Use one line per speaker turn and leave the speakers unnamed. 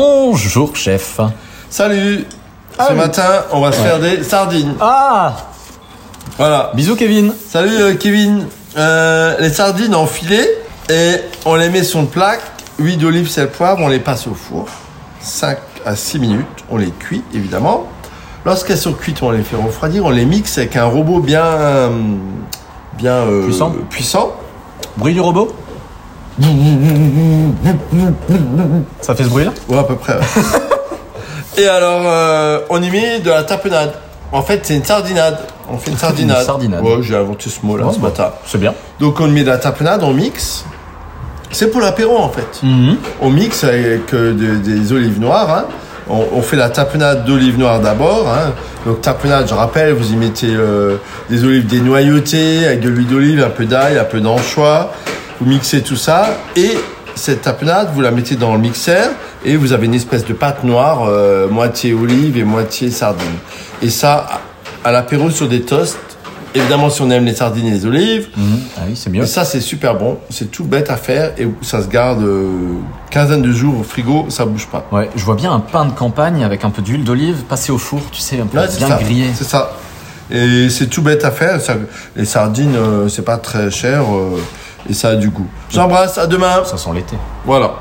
Bonjour chef.
Salut Ce matin, on va se faire des sardines.
Ah
Voilà.
Bisous Kevin.
Salut euh, Kevin Euh, Les sardines en filet, et on les met sur une plaque, huile d'olive, sel, poivre, on les passe au four. 5 à 6 minutes, on les cuit évidemment. Lorsqu'elles sont cuites, on les fait refroidir, on les mixe avec un robot bien... euh, bien euh,
Puissant.
puissant.
Bruit du robot Ça fait ce bruit là
Ouais, à peu près. ouais. Et alors, euh, on y met de la tapenade. En fait, c'est une sardinade. On fait une sardinade.
sardinade.
Ouais, j'ai inventé ce mot-là
Ouais,
ce
bah.
matin.
C'est bien.
Donc, on y met de la tapenade, on mixe. C'est pour l'apéro, en fait. On mixe avec euh, de- des olives noires. hein. On, on fait la tapenade d'olives noires d'abord. hein. Donc, tapenade, je rappelle, vous y mettez euh, des olives dénoyautées, avec de l'huile d'olive, un peu d'ail, un peu d'anchois. Vous mixez tout ça. Et cette tapenade, vous la mettez dans le mixeur. Et vous avez une espèce de pâte noire, euh, moitié olive et moitié sardine. Et ça, à à l'apéro sur des toasts. Évidemment, si on aime les sardines et les olives,
Ah oui, c'est mieux.
et ça, c'est super bon. C'est tout bête à faire et ça se garde euh, quinzaine de jours au frigo, ça bouge pas.
Ouais, je vois bien un pain de campagne avec un peu d'huile d'olive passé au four, tu sais, un peu
Ouais, c'est
bien
ça.
grillé.
C'est ça. Et c'est tout bête à faire. ça- les sardines, euh, c'est pas très cher euh, et ça a du goût. J'embrasse, à demain.
Ça sent l'été.
Voilà.